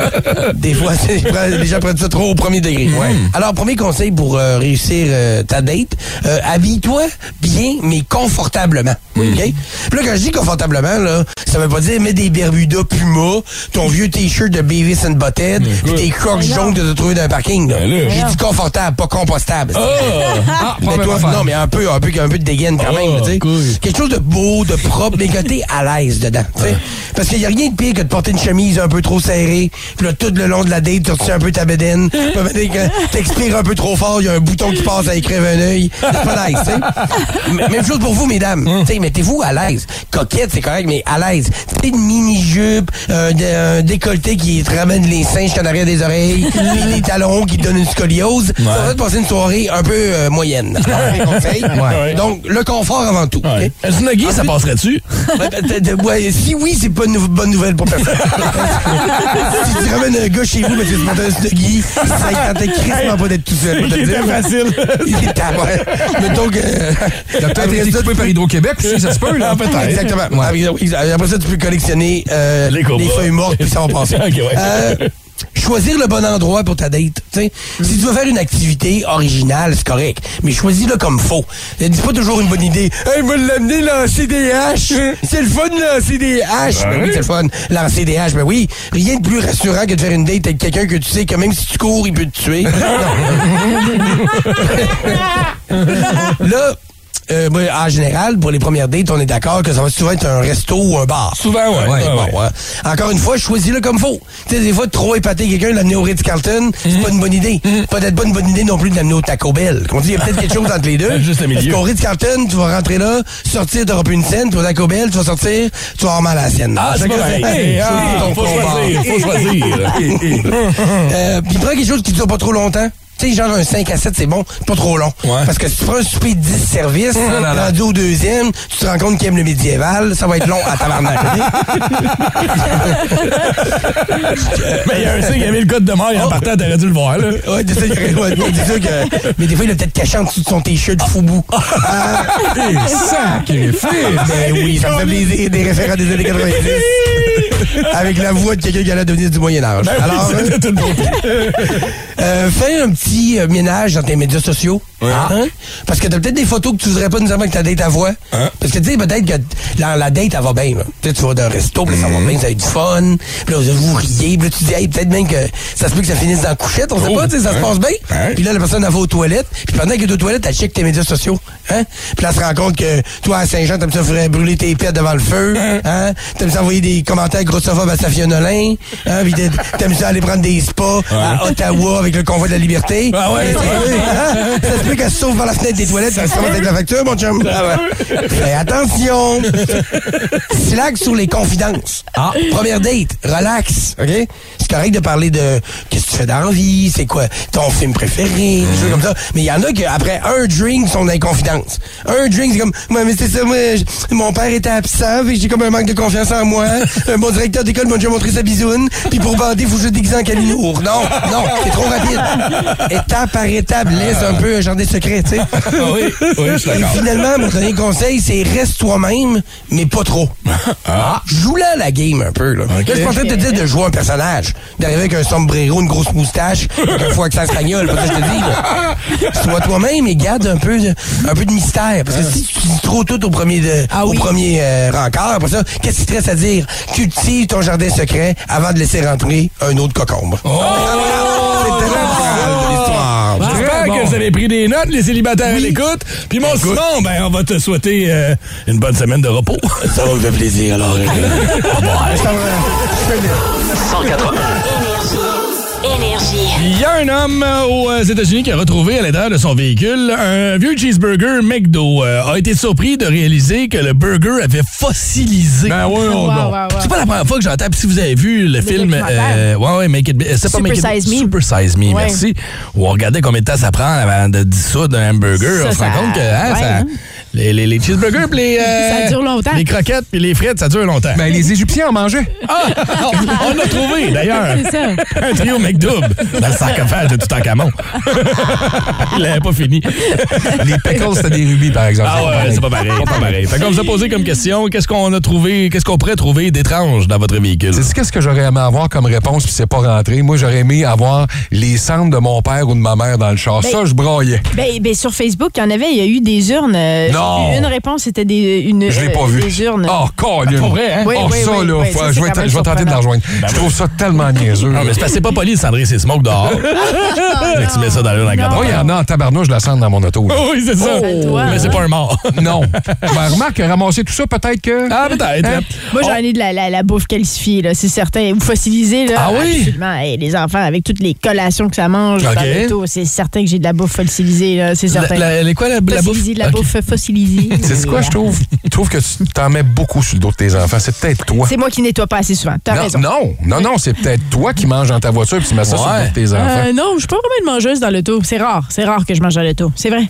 B: Des fois, (laughs) c'est- les gens prennent ça trop au premier degré. Alors, premier conseil pour euh, réussir euh, ta date, euh, habille-toi bien, mais confortablement. OK? Puis là, quand je dis confortablement, là, ça veut pas dire mets des Bermudas Puma, ton vieux T-shirt de Beavis and Butthead, puis tes crocs jaunes que t'as trouvé dans un parking. là.
C: Ben là.
B: J'ai dit confortable, pas compostable. (laughs)
E: Ah,
B: Mais
E: première
B: toi,
E: affaire.
B: non, mais un peu, un peu, un peu de dégaine quand
C: Oh,
B: même, tu sais.
C: cool.
B: Quelque chose de beau, de propre, mais que t'es à l'aise dedans, tu sais. Parce qu'il y a rien de pire que de porter une chemise un peu trop serrée, puis là, tout le long de la date, tu retiens un peu ta bédaine, puis à un moment donné, quand t'expires un peu trop fort, il y a un bouton qui passe à écrire un œil. C'est pas nice, tu sais. M- Même chose pour vous, mesdames. Tu sais, mettez-vous à l'aise. Coquette, c'est correct, mais à l'aise. Tu sais, une mini-jupe, un, dé- un décolleté qui te ramène les seins jusqu'en arrière des oreilles, puis des talons qui te donnent une scoliose. Ça va te passer une soirée un peu euh, moyenne. Alors, mes conseils.
C: Ouais.
B: Donc, le confort avant tout.
C: Ouais.
B: ok?
C: Un snuggie, ça passerait-tu?
B: Ouais, ben, t'as- t'as- ouais, si oui, c'est pas une nou- bonne nouvelle pour personne. si tu ramènes un gars chez vous, parce que tu portes un snuggie, ça il tentait crissement pas d'être tout seul. pour te dire. Il était ouais. Mettons que...
E: Il a peut-être
B: Après
E: été
B: ça,
E: coupé
B: tu
E: par Hydro-Québec aussi, ça se
C: (laughs)
E: peut, là.
B: Ah, Exactement.
E: Ouais.
B: Avec- exa- Après ça, tu peux collectionner euh,
C: Les
B: les,
C: cobras.
B: feuilles mortes, puis ça va passer.
C: Ok, ouais.
B: Euh, Choisir le bon endroit pour ta date. tu sais. Si tu veux faire une activité originale, c'est correct. Mais choisis-le comme faux. Ne dis pas toujours une bonne idée. Hey, va l'amener lancer des haches. C'est le fun de lancer des haches. Ben oui, c'est le fun. Lancer des haches, ben oui. Rien de plus rassurant que de faire une date avec quelqu'un que tu sais que même si tu cours, il peut te tuer. Là, euh, ben, en général, pour les premières dates, on est d'accord que ça va souvent être un resto ou un bar.
C: Souvent, ouais. Ouais,
B: bon,
C: ouais.
B: ouais. Encore une fois, choisis-le comme faut. Tu sais, des fois, trop épater quelqu'un, l'amener au Ritz-Carlton,
C: Mhm.
B: c'est pas une bonne idée. Peut-être pas une bonne idée non plus de l'amener au Taco Bell. Comme on dit, il y a peut-être quelque chose entre les deux.
C: (laughs) Juste le milieu.
B: Parce qu'au Ritz-Carlton, tu vas rentrer là, sortir, t'auras plus une scène, puis au Taco Bell, tu vas sortir, tu vas avoir mal à la scène.
C: Ah, c'est
B: Fait
C: pas
B: que,
C: pareil. Hey,
B: hey, choisis
C: ah,
B: ton
C: faut
B: combat.
C: choisir, faut (laughs)
B: (laughs)
C: choisir.
B: Euh, puis prends quelque chose qui dure pas trop longtemps. Tu sais, genre un 5 à 7, c'est bon, c'est pas trop long.
C: Ouais. Ah,
B: Parce que si tu prends un souper de 10 services, rendu au deuxième, tu te rends compte qu'il aime le médiéval, ça va être long à tabarnak.
C: (laughs) Mais il y a un signe, il y avait le code de mort, et en partant, t'aurais dû le voir, là.
B: ouais, c'est ça, il y aurait- ouais, c'est sûr que- Mais des fois, il a peut-être caché en dessous de son t-shirt
C: (laughs)
B: Foubou. Ah,
E: Sacrifice!
B: ben oui, ça me fait plaisir des référents des années 90. Avec la voix de quelqu'un qui allait devenir du Moyen-Âge. Alors, euh,
C: C'était tout le monde.
B: Euh, fais un petit euh, ménage dans tes médias sociaux. Hein? Parce que t'as peut-être des photos que tu voudrais pas nécessairement que ta date à voix. Parce que tu sais, peut-être que la, la date, elle va bien. là. Peut-être tu vas d'un resto, puis ça va bien, ça a du fun. Puis là, vous riez, puis là, tu dis, hey, peut-être même que ça se peut que ça finisse dans la couchette, on sait pas, tu sais, ça se passe bien. Puis là, la personne, elle va aux toilettes. Puis pendant qu'elle est aux toilettes, elle check tes médias sociaux. Hein? Puis là, elle se rend compte que toi, à Saint-Jean, t'aimes ça faire brûler tes pets devant le feu. Hein? T'aimes ça envoyer des commentaires grossophobes à Safia Nolin. Hein? Puis t'aimes- t'aimes ça aller prendre des spas à Ottawa avec le convoi de la liberté.
C: Ah ouais.
B: Et t'es- hein? Ça se peut qu'elle se sauve par la fenêtre des toilettes, ça se commence avec la facture, mon chum. Fais attention. Slack sur les confidences. Première date, relax, OK? C'est correct de parler de qu'est-ce que tu fais dans la vie, c'est quoi ton film préféré, des choses comme ça. Mais il y en a qui, après un drink, sont dans les confidences. Un drink, c'est comme, Ouais, mais c'est ça, moi, je- mon père était absent, fait que j'ai comme un manque de confiance en moi. Euh, mon directeur d'école m'a déjà montré sa bisoune, puis pour bander, faut que je déguise en caminour. Non, non, c'est trop rapide. Étape par étape, laisse un peu un genre garder secret, tu sais.
C: Ah oui, oui, je suis
B: Et
C: d'accord.
B: finalement, mon dernier conseil, c'est reste toi-même, mais
C: (laughs)
B: pas trop.
C: Ah.
B: Ah, Joue-la la game un peu. Là, Là, je pensais te dire de jouer un personnage, d'arriver avec un sombrero, une
C: (laughs)
B: grosse moustache, avec un faux accent espagnol. Parce que je te dis, là. sois toi-même et garde un peu, de, un peu de mystère. Parce que si tu dis trop tout au premier, de, au premier euh, rencard, après ça, qu'est-ce qui te reste à dire? Cultive ton jardin secret avant de laisser rentrer un autre cocombre.
C: Oh!
B: C'est tellement moral de l'histoire.
C: J'espère que vous avez pris des notes, les célibataires à l'écoute. Puis mon Simon, ben, on va te souhaiter euh, une bonne semaine de repos.
B: Ça va me faire plaisir, alors. euh, au revoir. Je t'en- je te le-
H: 180.
I: Énergie.
C: Il y a un homme euh, aux euh, États-Unis qui a retrouvé à l'intérieur de son véhicule un vieux cheeseburger McDo. euh, a été surpris de réaliser que le burger avait fossilisé.
D: Ben oui, on
F: Wow,
D: non.
F: wow, wow.
C: C'est pas la première fois que j'entends. Puis si vous avez vu le film,
F: documentaire.
C: euh, ouais, ouais, Make It Big- euh, c'est pas
F: Super
C: Make It Big-
F: Size Me.
C: Super Size Me,
F: Ouais.
C: merci. Où on regardait combien de temps ça prend avant de dissoudre un hamburger.
F: Ça,
C: on se rend
F: ça-
C: compte que hein,
F: ouais,
C: ça-
F: hein.
C: les, les- les cheeseburgers, puis les, euh,
F: (laughs) Ça dure longtemps.
C: les croquettes, puis les frites, ça dure longtemps.
D: Ben, les Égyptiens en mangeaient.
C: Ah! On l'a trouvé, d'ailleurs.
F: C'est ça.
C: Un trio McDouble dans le sarcophage de (laughs) Toutankhamon. Il l'avait pas fini.
D: Les pickles, c'était des rubis, par exemple.
C: Ah ouais, c'est pas pareil, c'est pas pareil. Fait qu'on vous a posé comme question, qu'est-ce qu'on a trouvé, qu'est-ce qu'on pourrait trouver d'étrange dans votre véhicule?
D: C'est qu'est-ce que j'aurais aimé avoir comme réponse puis c'est pas rentré. Moi, j'aurais aimé avoir les cendres de mon père ou de ma mère dans le char.
F: Ben-
D: ça, je broyais.
F: Ben, ben, sur Facebook, il y en avait, il y a eu des urnes. euh,
D: Non.
F: Une réponse, c'était des, une,
D: Je l'ai
F: euh,
D: pas vu.
F: Des urnes.
D: Oh, cogne.
C: Pas vrai, hein?
F: Oui,
D: oh,
F: oui,
D: ça,
F: oui,
D: là,
F: oui,
D: faut-
F: ça,
D: je
F: c'est
D: vais,
F: quand
D: t-
F: même
D: je vais tenter de la
F: surprenant.
D: rejoindre. je trouve ça tellement niaiseux.
C: Non, Ah, mais c'est parce que c'est pas poli de cendrer ses smokes dehors. Fait que tu mets ça dans l'urne à grand
D: Moi, oh, il y en a en tabarnouche de la cendre dans mon auto. là.
C: (laughs) Oui, c'est ça.
F: Oh. Toi,
C: Mais c'est
F: hein?
C: pas un mort.
D: (laughs) non. Ben, remarque, ramasser tout ça, peut-être que...
C: Ah, peut-être.
D: Hein?
F: Moi, j'en ai de la, la, la bouffe qualifiée, là, c'est certain. Vous fossilisez, là.
C: Ah oui?
F: Absolument. Hey, les enfants, avec toutes les collations que ça mange
C: Ok.
F: dans l'auto, c'est certain que j'ai de la bouffe fossilisée, là. C'est certain.
C: La- la- quoi, la, la bouffe?
F: Fossilisée, de la
C: Ok.
F: bouffe fossilisée.
D: (laughs) C'est quoi, je trouve? Je trouve que tu t'en mets beaucoup sur le dos de tes enfants. C'est peut-être toi.
F: C'est moi qui nettoie pas assez souvent. T'as
D: Non,
F: raison.
D: non, non, non, c'est peut-être toi qui manges dans ta voiture puis tu mets ça sur le
C: Ouais.
D: dos de tes enfants.
F: Euh, non, je suis pas vraiment une mangeuse dans l'auto. C'est rare. C'est rare que je mange dans l'auto. C'est vrai.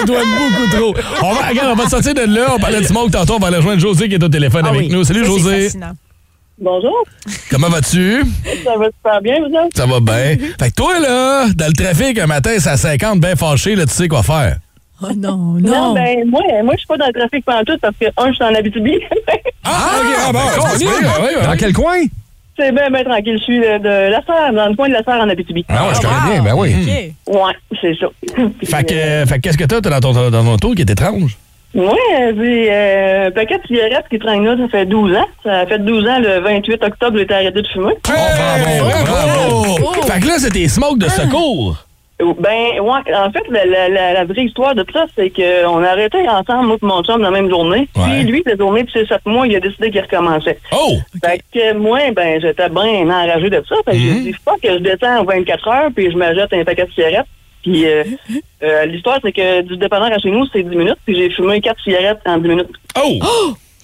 C: Je dois beaucoup trop. Euh, On va, regarde, on va sortir de là. On parlait de smoke tantôt. On va aller rejoindre José qui est au téléphone
F: Ah
C: avec
F: oui.
C: nous. Salut
F: Ça, c'est
C: José.
F: fascinant.
J: Bonjour,
C: Comment vas-tu?
J: ça va super bien, vous autres?
C: Ça va bien. Ben, Fait que toi, là, dans le trafic, un matin, c'est à 50, bien fâché, là, tu sais quoi faire.
F: Oh non, non.
J: ben, moi, moi, je suis pas dans le trafic pantoute parce que, un, je suis en Abitibi. (laughs)
C: Ah, ok, ah, bon,
D: Cogne,
C: c'est pas
D: là.
C: pire, oui, oui.
D: Dans quel coin?
J: c'est bien, bien tranquille. Je suis de, de la serre, dans le coin de la serre en Abitibi.
D: Ah, ouais, je
F: Ah,
D: connais
F: wow.
D: bien, ben oui.
F: OK.
J: Ouais, c'est ça.
C: Fait que,
J: (laughs)
C: euh, fait que qu'est-ce que t'as t'as dans ton, dans ton auto qui est étrange?
J: Moi, j'ai euh, un paquet de cigarettes qui traîne là, ça fait 12 ans. Ça a fait 12 ans, le 28 octobre, j'ai été arrêté de fumer.
C: Oh, Hey,
D: bravo,
F: bravo.
C: Oh. Fait que là, c'est tes smokes de secours.
J: Euh, Ben, ouais, en fait, la, la, la, la vraie histoire de tout ça, c'est qu'on a arrêté ensemble, moi et mon chum, dans la même journée.
C: Ouais.
J: Puis lui, la journée de ses 7 mois, il a décidé qu'il recommençait.
C: Oh!
J: Fait que moi, ben, j'étais bien enragé de ça. Fait que
C: Hein?
J: j'ai dit, faut pas que je descends en 24 heures puis je m'ajoute un paquet de cigarettes.
C: (laughs)
J: Puis euh, euh, l'histoire, c'est que du dépanneur à chez nous, c'est 10 minutes. Puis j'ai fumé 4 cigarettes en 10 minutes.
C: Oh!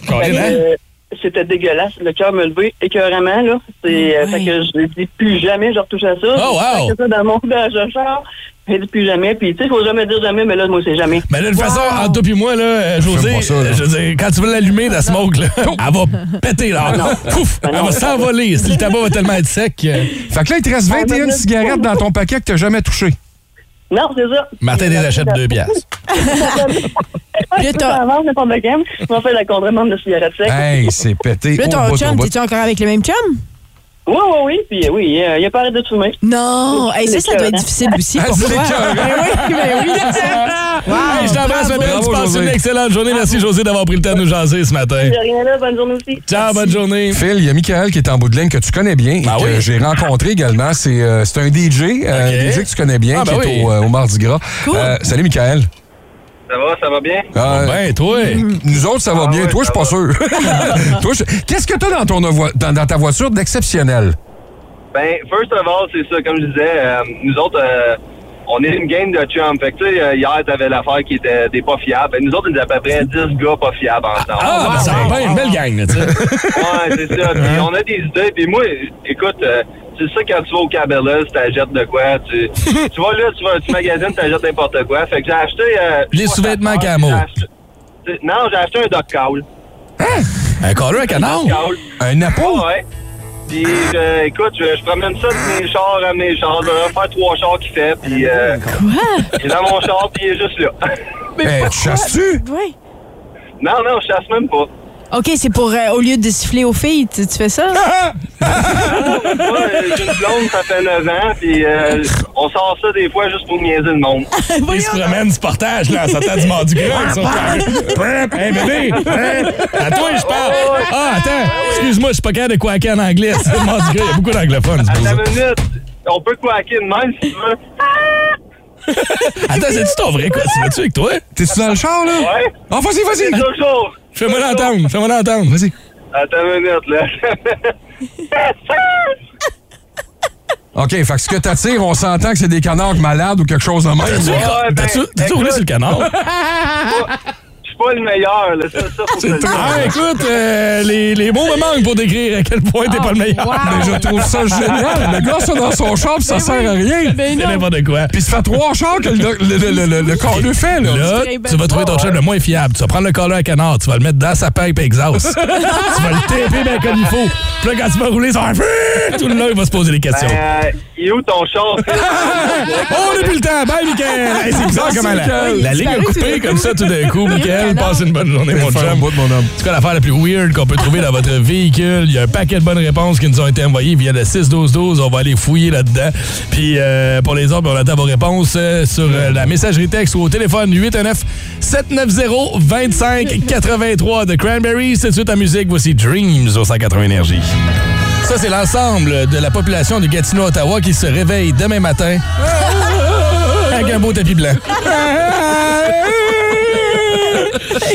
J: Fait que,
C: Colin, hein?
J: euh, C'était dégueulasse. Le cœur me levait écœurément, là. C'est, euh,
F: Ouais.
J: Fait que je dis plus jamais, je retouche à ça.
C: Oh, wow.
J: Fait que ça dans mon dans le char. Je dis plus jamais. Puis tu sais, faut jamais dire jamais, mais là, moi, c'est jamais.
C: Mais là, de toute façon, entre toi puis moi, là, euh, José,
D: pas ça, là.
C: je veux dire, quand tu vas l'allumer, la smoke, là, elle va péter, là. Pouf! Elle va s'envoler. Le tabac va tellement être sec que...
D: Fait que là, il te reste
C: Ah, ben,
D: 21 cigarettes dans ton paquet que t'as jamais
C: (laughs)
D: touché.
J: Non, c'est ça.
C: Martin les achète deux piastres.
F: Là,
J: Je peux
F: t'as-
J: en vendre n'importe lequel. Je vais faire la contrebande de cigarettes secs.
D: Hey, c'est pété.
F: Là,
D: au
F: ton
D: bout, au
F: chum,
D: bout.
F: t'es-tu encore avec le même chum?
J: Oui, oui, oui. Puis oui, euh, il a pas arrêté de fumer.
F: (laughs) Non. Hey, ça, ça doit être difficile aussi
C: Ah,
F: pour
D: c'est
F: toi.
D: écœurant.
F: Ben oui, ben oui. Ah,
C: Hey, je t'embrasse, ma belle.
D: Bravo,
C: Tu passes
D: José.
C: une excellente journée. Merci, José, d'avoir pris le temps de nous jaser ce matin.
J: De rien là, bonne journée aussi.
C: Ciao, bonne journée.
D: Phil, il y a Michael qui est en bout de ligne que tu connais bien
C: Ben
D: et que
C: oui.
D: j'ai rencontré également. C'est euh, c'est un DJ, euh,
C: Ok.
D: un DJ que tu connais bien,
C: Ah, ben
D: qui
C: oui.
D: est au, euh, au Mardi Gras.
F: Cool.
D: Euh, salut, Michael.
J: Ça va, ça va bien?
D: Euh,
C: Ben, toi.
D: Nous autres, ça va
J: Ah
D: bien.
J: ouais,
D: Toi, je suis pas sûr. (laughs) Toi, je- Qu'est-ce que t'as dans, ton ovo- dans, dans ta voiture d'exceptionnel?
J: Ben, first of all, c'est ça, comme je disais, euh, nous autres, euh, on est une game de chum. Fait que, tu sais, euh, hier, t'avais l'affaire qui était des pas fiables. Ben, nous autres, on est à peu près 10 gars pas fiables ensemble.
C: Ah, ben, ça va bien, une belle gang, là, tu sais.
J: Ouais,
C: (laughs)
J: c'est ça. Puis on a des idées. Puis moi, écoute, euh, c'est ça quand tu vas au Cabela's, t'achètes de quoi. Tu, tu vas là, tu vas tu magasines, t'achètes n'importe quoi. Fait que j'ai acheté... euh,
C: Les sous-vêtements Camo.
J: j'ai acheté- Non, j'ai acheté un dog cowl.
C: Un collant, un canard?
J: Cowl.
D: Un appôt?
J: Ah Ouais. Puis, euh, écoute, je, je promène ça de mes chars à mes chars. Je vais faire trois chars qui fait. Puis, euh, il est dans mon char, puis il est juste là. (laughs)
C: Ben,
D: Hey, tu chasses-tu?
F: Oui.
J: Non, non, je chasse même pas.
F: OK, c'est pour, euh, au lieu de siffler aux filles, tu, tu fais ça?
C: (laughs)
J: Moi, euh, j'ai une blonde, ça fait 9 ans, puis euh, on sort ça des fois juste pour niaiser le monde.
C: Il se promène du portage, là, ça s'attend du
D: (laughs)
C: mardi gras.
D: Ah,
C: ça. Prrr, hey, bébé! prrr. À toi, je parle! Ah, attends! Excuse-moi, je suis pas capable de quacker en anglais. C'est le mardi gras, il y a beaucoup d'anglophones, c'est pour
J: La
C: ça.
J: minute, on peut quacker de même si tu veux.
C: Attends, c'est-tu ton vrai, quoi? Tu vas-tu avec toi?
D: T'es-tu dans le char, là?
J: Ouais.
D: Oh, vas-y, vas-y!
J: Toujours.
C: Fais-moi l'entendre, fais-moi l'entendre, vas-y.
J: Attends une minute, là. (laughs)
D: OK, fait que ce que t'attires, on s'entend que c'est des canards malades ou quelque chose de
C: T'as-tu
D: même.
J: ben,
C: t'as-tu- t'as-tu roulé
J: écoute.
C: sur le canard?
J: Je suis pas le meilleur, là. C'est ça pour te le
C: Ah,
J: dire.
C: écoute, euh, les, les mots me manquent pour décrire à quel point t'es pas le meilleur.
D: Mais je trouve ça génial. Le gars, ça dans son char, pis ça sert à rien.
C: C'est n'importe quoi.
D: Puis il se fait trois chars que le, le, le, le, le, le corps fait, là.
C: Là, tu vas trouver ton chef le moins fiable. Tu vas prendre le collant à canard, tu vas le mettre dans sa pipe exhaust. tu vas le taper bien comme il faut. Puis là, quand tu vas rouler, ça va faire Ah, Tout le long, il va se poser des questions.
J: Euh, il est où ton char?
C: On n'a plus le temps. Bye, Mickaël. Hey, c'est bizarre
D: Merci,
C: comment la,
D: Mickaël.
C: la ligne a coupé comme ça tout d'un coup. Mickaël, passe une bonne journée, mon
D: Faire un
C: chum.
D: bout de mon homme.
C: C'est quoi l'affaire la plus weird qu'on peut trouver dans votre
D: (laughs)
C: véhicule? Il y a un paquet de bonnes réponses qui nous ont été envoyées via le 6-12-12. On va aller fouiller là-dedans. Puis euh, pour les autres, ben, on attend vos réponses euh, sur euh, la messagerie texte ou au téléphone 819-790-2583 de Cranberry. C'est suite à musique. Voici Dreams au 180 Énergie. Ça, c'est l'ensemble de la population de Gatineau, Ottawa qui se réveille demain
D: (laughs)
C: matin avec un beau tapis blanc.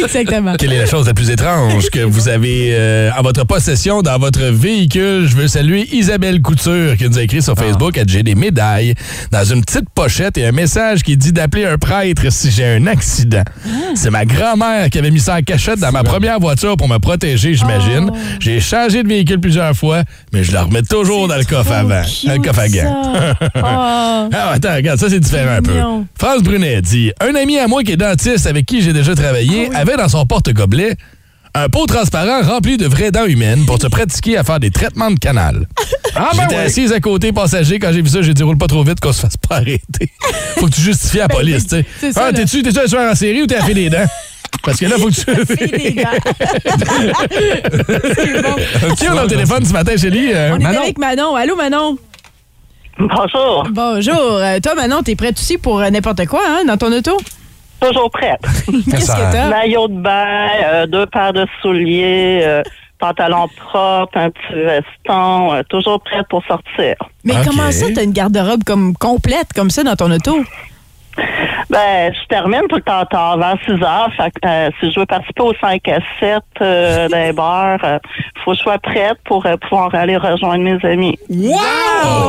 F: Exactement.
C: Quelle est la chose la plus étrange que vous avez euh, en votre possession, dans votre véhicule? Je veux saluer Isabelle Couture qui nous a écrit sur Facebook que j'ai des médailles dans une petite pochette et un message qui dit d'appeler un prêtre si j'ai un accident. C'est ma grand-mère qui avait mis ça en cachette dans ma première voiture pour me protéger, j'imagine. J'ai changé de véhicule plusieurs fois, mais je la remets toujours dans le
F: Oh,
C: coffre avant. Dans le coffre à gants. (laughs)
F: gants.
C: Ah, attends, regarde, ça c'est différent un peu.
F: Mignon.
C: France Brunet dit Un ami à moi qui est dentiste avec qui j'ai déjà travaillé
F: Ah
C: avait dans son porte-gobelet un pot transparent rempli de vraies dents humaines pour se pratiquer à faire des traitements de canal.
F: Ah, ben
C: J'étais assise à côté passager quand j'ai vu ça, j'ai dit roule pas trop vite qu'on se fasse pas
F: (laughs)
C: arrêter. Faut que tu justifies à la police, tu sais.
F: Ben, c'est ça,
C: Ah,
F: là.
C: t'es-tu t'es-tu un tueur en série ou t'es à fait
F: (laughs)
C: des dents? Parce que là, faut que (laughs) tu. Qui a au téléphone ce matin chez lui? euh,
F: On est avec Manon. Allô, Manon?
J: Bonjour.
F: Bonjour. Euh, toi, Manon, t'es prête aussi pour euh, n'importe quoi hein, dans ton auto?
J: Toujours prête.
F: Qu'est-ce
D: ça-
F: que t'as?
J: Maillot de bain, euh, deux paires de souliers, euh, pantalon propre, un petit veston, euh, toujours prête pour sortir.
F: Mais
C: Ok.
F: comment ça, t'as une garde-robe comme complète comme ça dans ton auto?
J: Ben, je termine tout le temps tard, vers 6 heures. Fait que, euh, si je veux participer au 5 à 7 euh, d'un bar, euh, faut que je sois prête pour euh, pouvoir aller rejoindre mes amis.
C: Wow!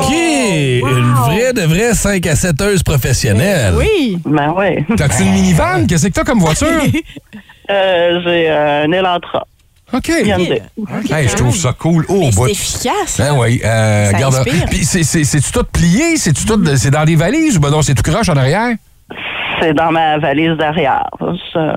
C: OK! Une vraie de vraie 5 à 7 heures professionnelle.
F: Oui.
J: Ben oui.
D: T'as-tu une minivan? Qu'est-ce que t'as
C: (laughs)
D: comme voiture?
J: Euh, J'ai euh, un Elantra.
D: OK.
J: Hyundai.
D: Hey, je trouve ça cool. Oh,
F: Mais
D: bout.
F: c'est efficace.
C: Hein?
D: Ben oui, euh,
F: Ça
D: garde.
F: inspire.
D: Puis c'est- c'est- c'est-tu tout plié? C'est-tu tout. de- C'est dans des valises ou ben non, c'est tout croche en arrière?
J: C'est dans ma valise derrière. Je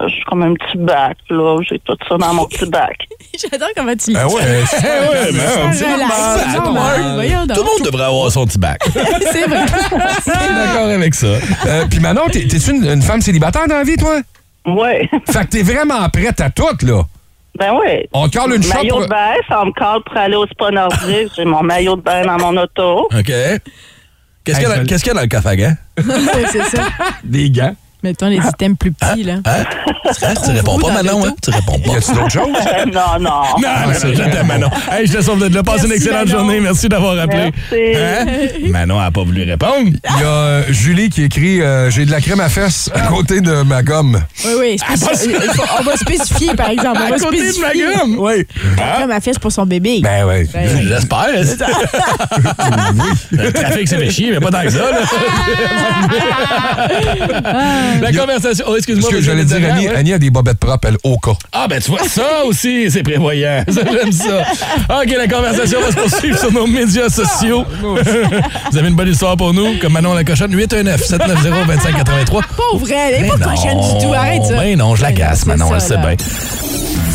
J: je suis comme un petit bac, là. J'ai tout ça dans mon petit bac.
F: (laughs) J'adore comment tu le
D: Ben
F: dis.
D: ouais, (laughs) euh, c'est-
C: ouais, ben,
F: Ah,
C: c'est
F: relax,
C: normal,
F: c'est
C: c'est
F: normal.
C: normal.
F: Voyons donc.
C: Tout le monde devrait avoir son petit bac.
F: (laughs) C'est vrai.
C: (laughs) D'accord avec ça.
D: Euh, Puis Manon, t'es- t'es-tu une, une femme célibataire dans la vie, toi?
J: Oui.
D: Fait que t'es vraiment prête à tout, là.
J: (laughs) Ben oui.
D: On te colle une shot
J: Maillot
D: pour-
J: de bain, ça me colle pour aller au spa nordique. J'ai mon maillot de bain dans mon auto.
C: OK. Qu'est-ce qu'il y, a dans- qu'est-ce qu'il y a dans le hein? coffre à gants?
F: Ouais, c'est ça.
D: Des gants.
F: Mettons les items plus petits, là.
C: Hein? Hein? Tu réponds pas,
F: dans
C: Manon,
F: l'auto?
C: hein? Tu réponds pas.
D: Y a-tu d'autres choses?
J: non, non.
C: Non, non, non, je t'aime, Manon. Hey, je te sauve de là. Passe une
F: Merci,
C: excellente
F: Manon.
C: journée. Merci d'avoir appelé.
J: Merci.
C: Hein? Manon a pas voulu répondre.
D: Il y a euh, Julie qui écrit euh, J'ai de la crème à fesses à côté de ma gomme.
F: Oui, oui. spécifi- il faut- (laughs) On va spécifier, par exemple. Ah, On
C: Ah, À
F: va
C: côté de
F: spécifier.
C: ma gomme.
D: Oui.
F: Comme ma fesse pour son bébé.
D: Ben oui.
F: (laughs)
C: J'espère. Le trafic, c'est fait chier, mais pas tant que ça.
F: (laughs)
C: là. La conversation. Oh, excuse-moi.
D: Ce que
C: monsieur
D: j'allais dire,
C: Mitterrand,
D: Annie,
C: ouais.
D: Annie a des bobettes propres, elle, au cas.
C: Ah, ben tu vois,
F: (laughs)
C: ça aussi, c'est prévoyant. Ça, J'aime ça. OK, la conversation va se poursuivre sur nos
F: Ah,
C: médias sociaux.
F: ben,
C: (laughs) Vous avez une bonne histoire pour nous, comme Manon la cochonne, 819-790-2583.
F: Pas vrai, elle est pas
C: Ben
F: prochaine
C: non,
F: du tout. Arrête ça.
C: Ben non, je la
F: Ben non,
C: casse,
F: c'est
C: Manon,
F: ça,
C: elle sait
F: là.
C: bien.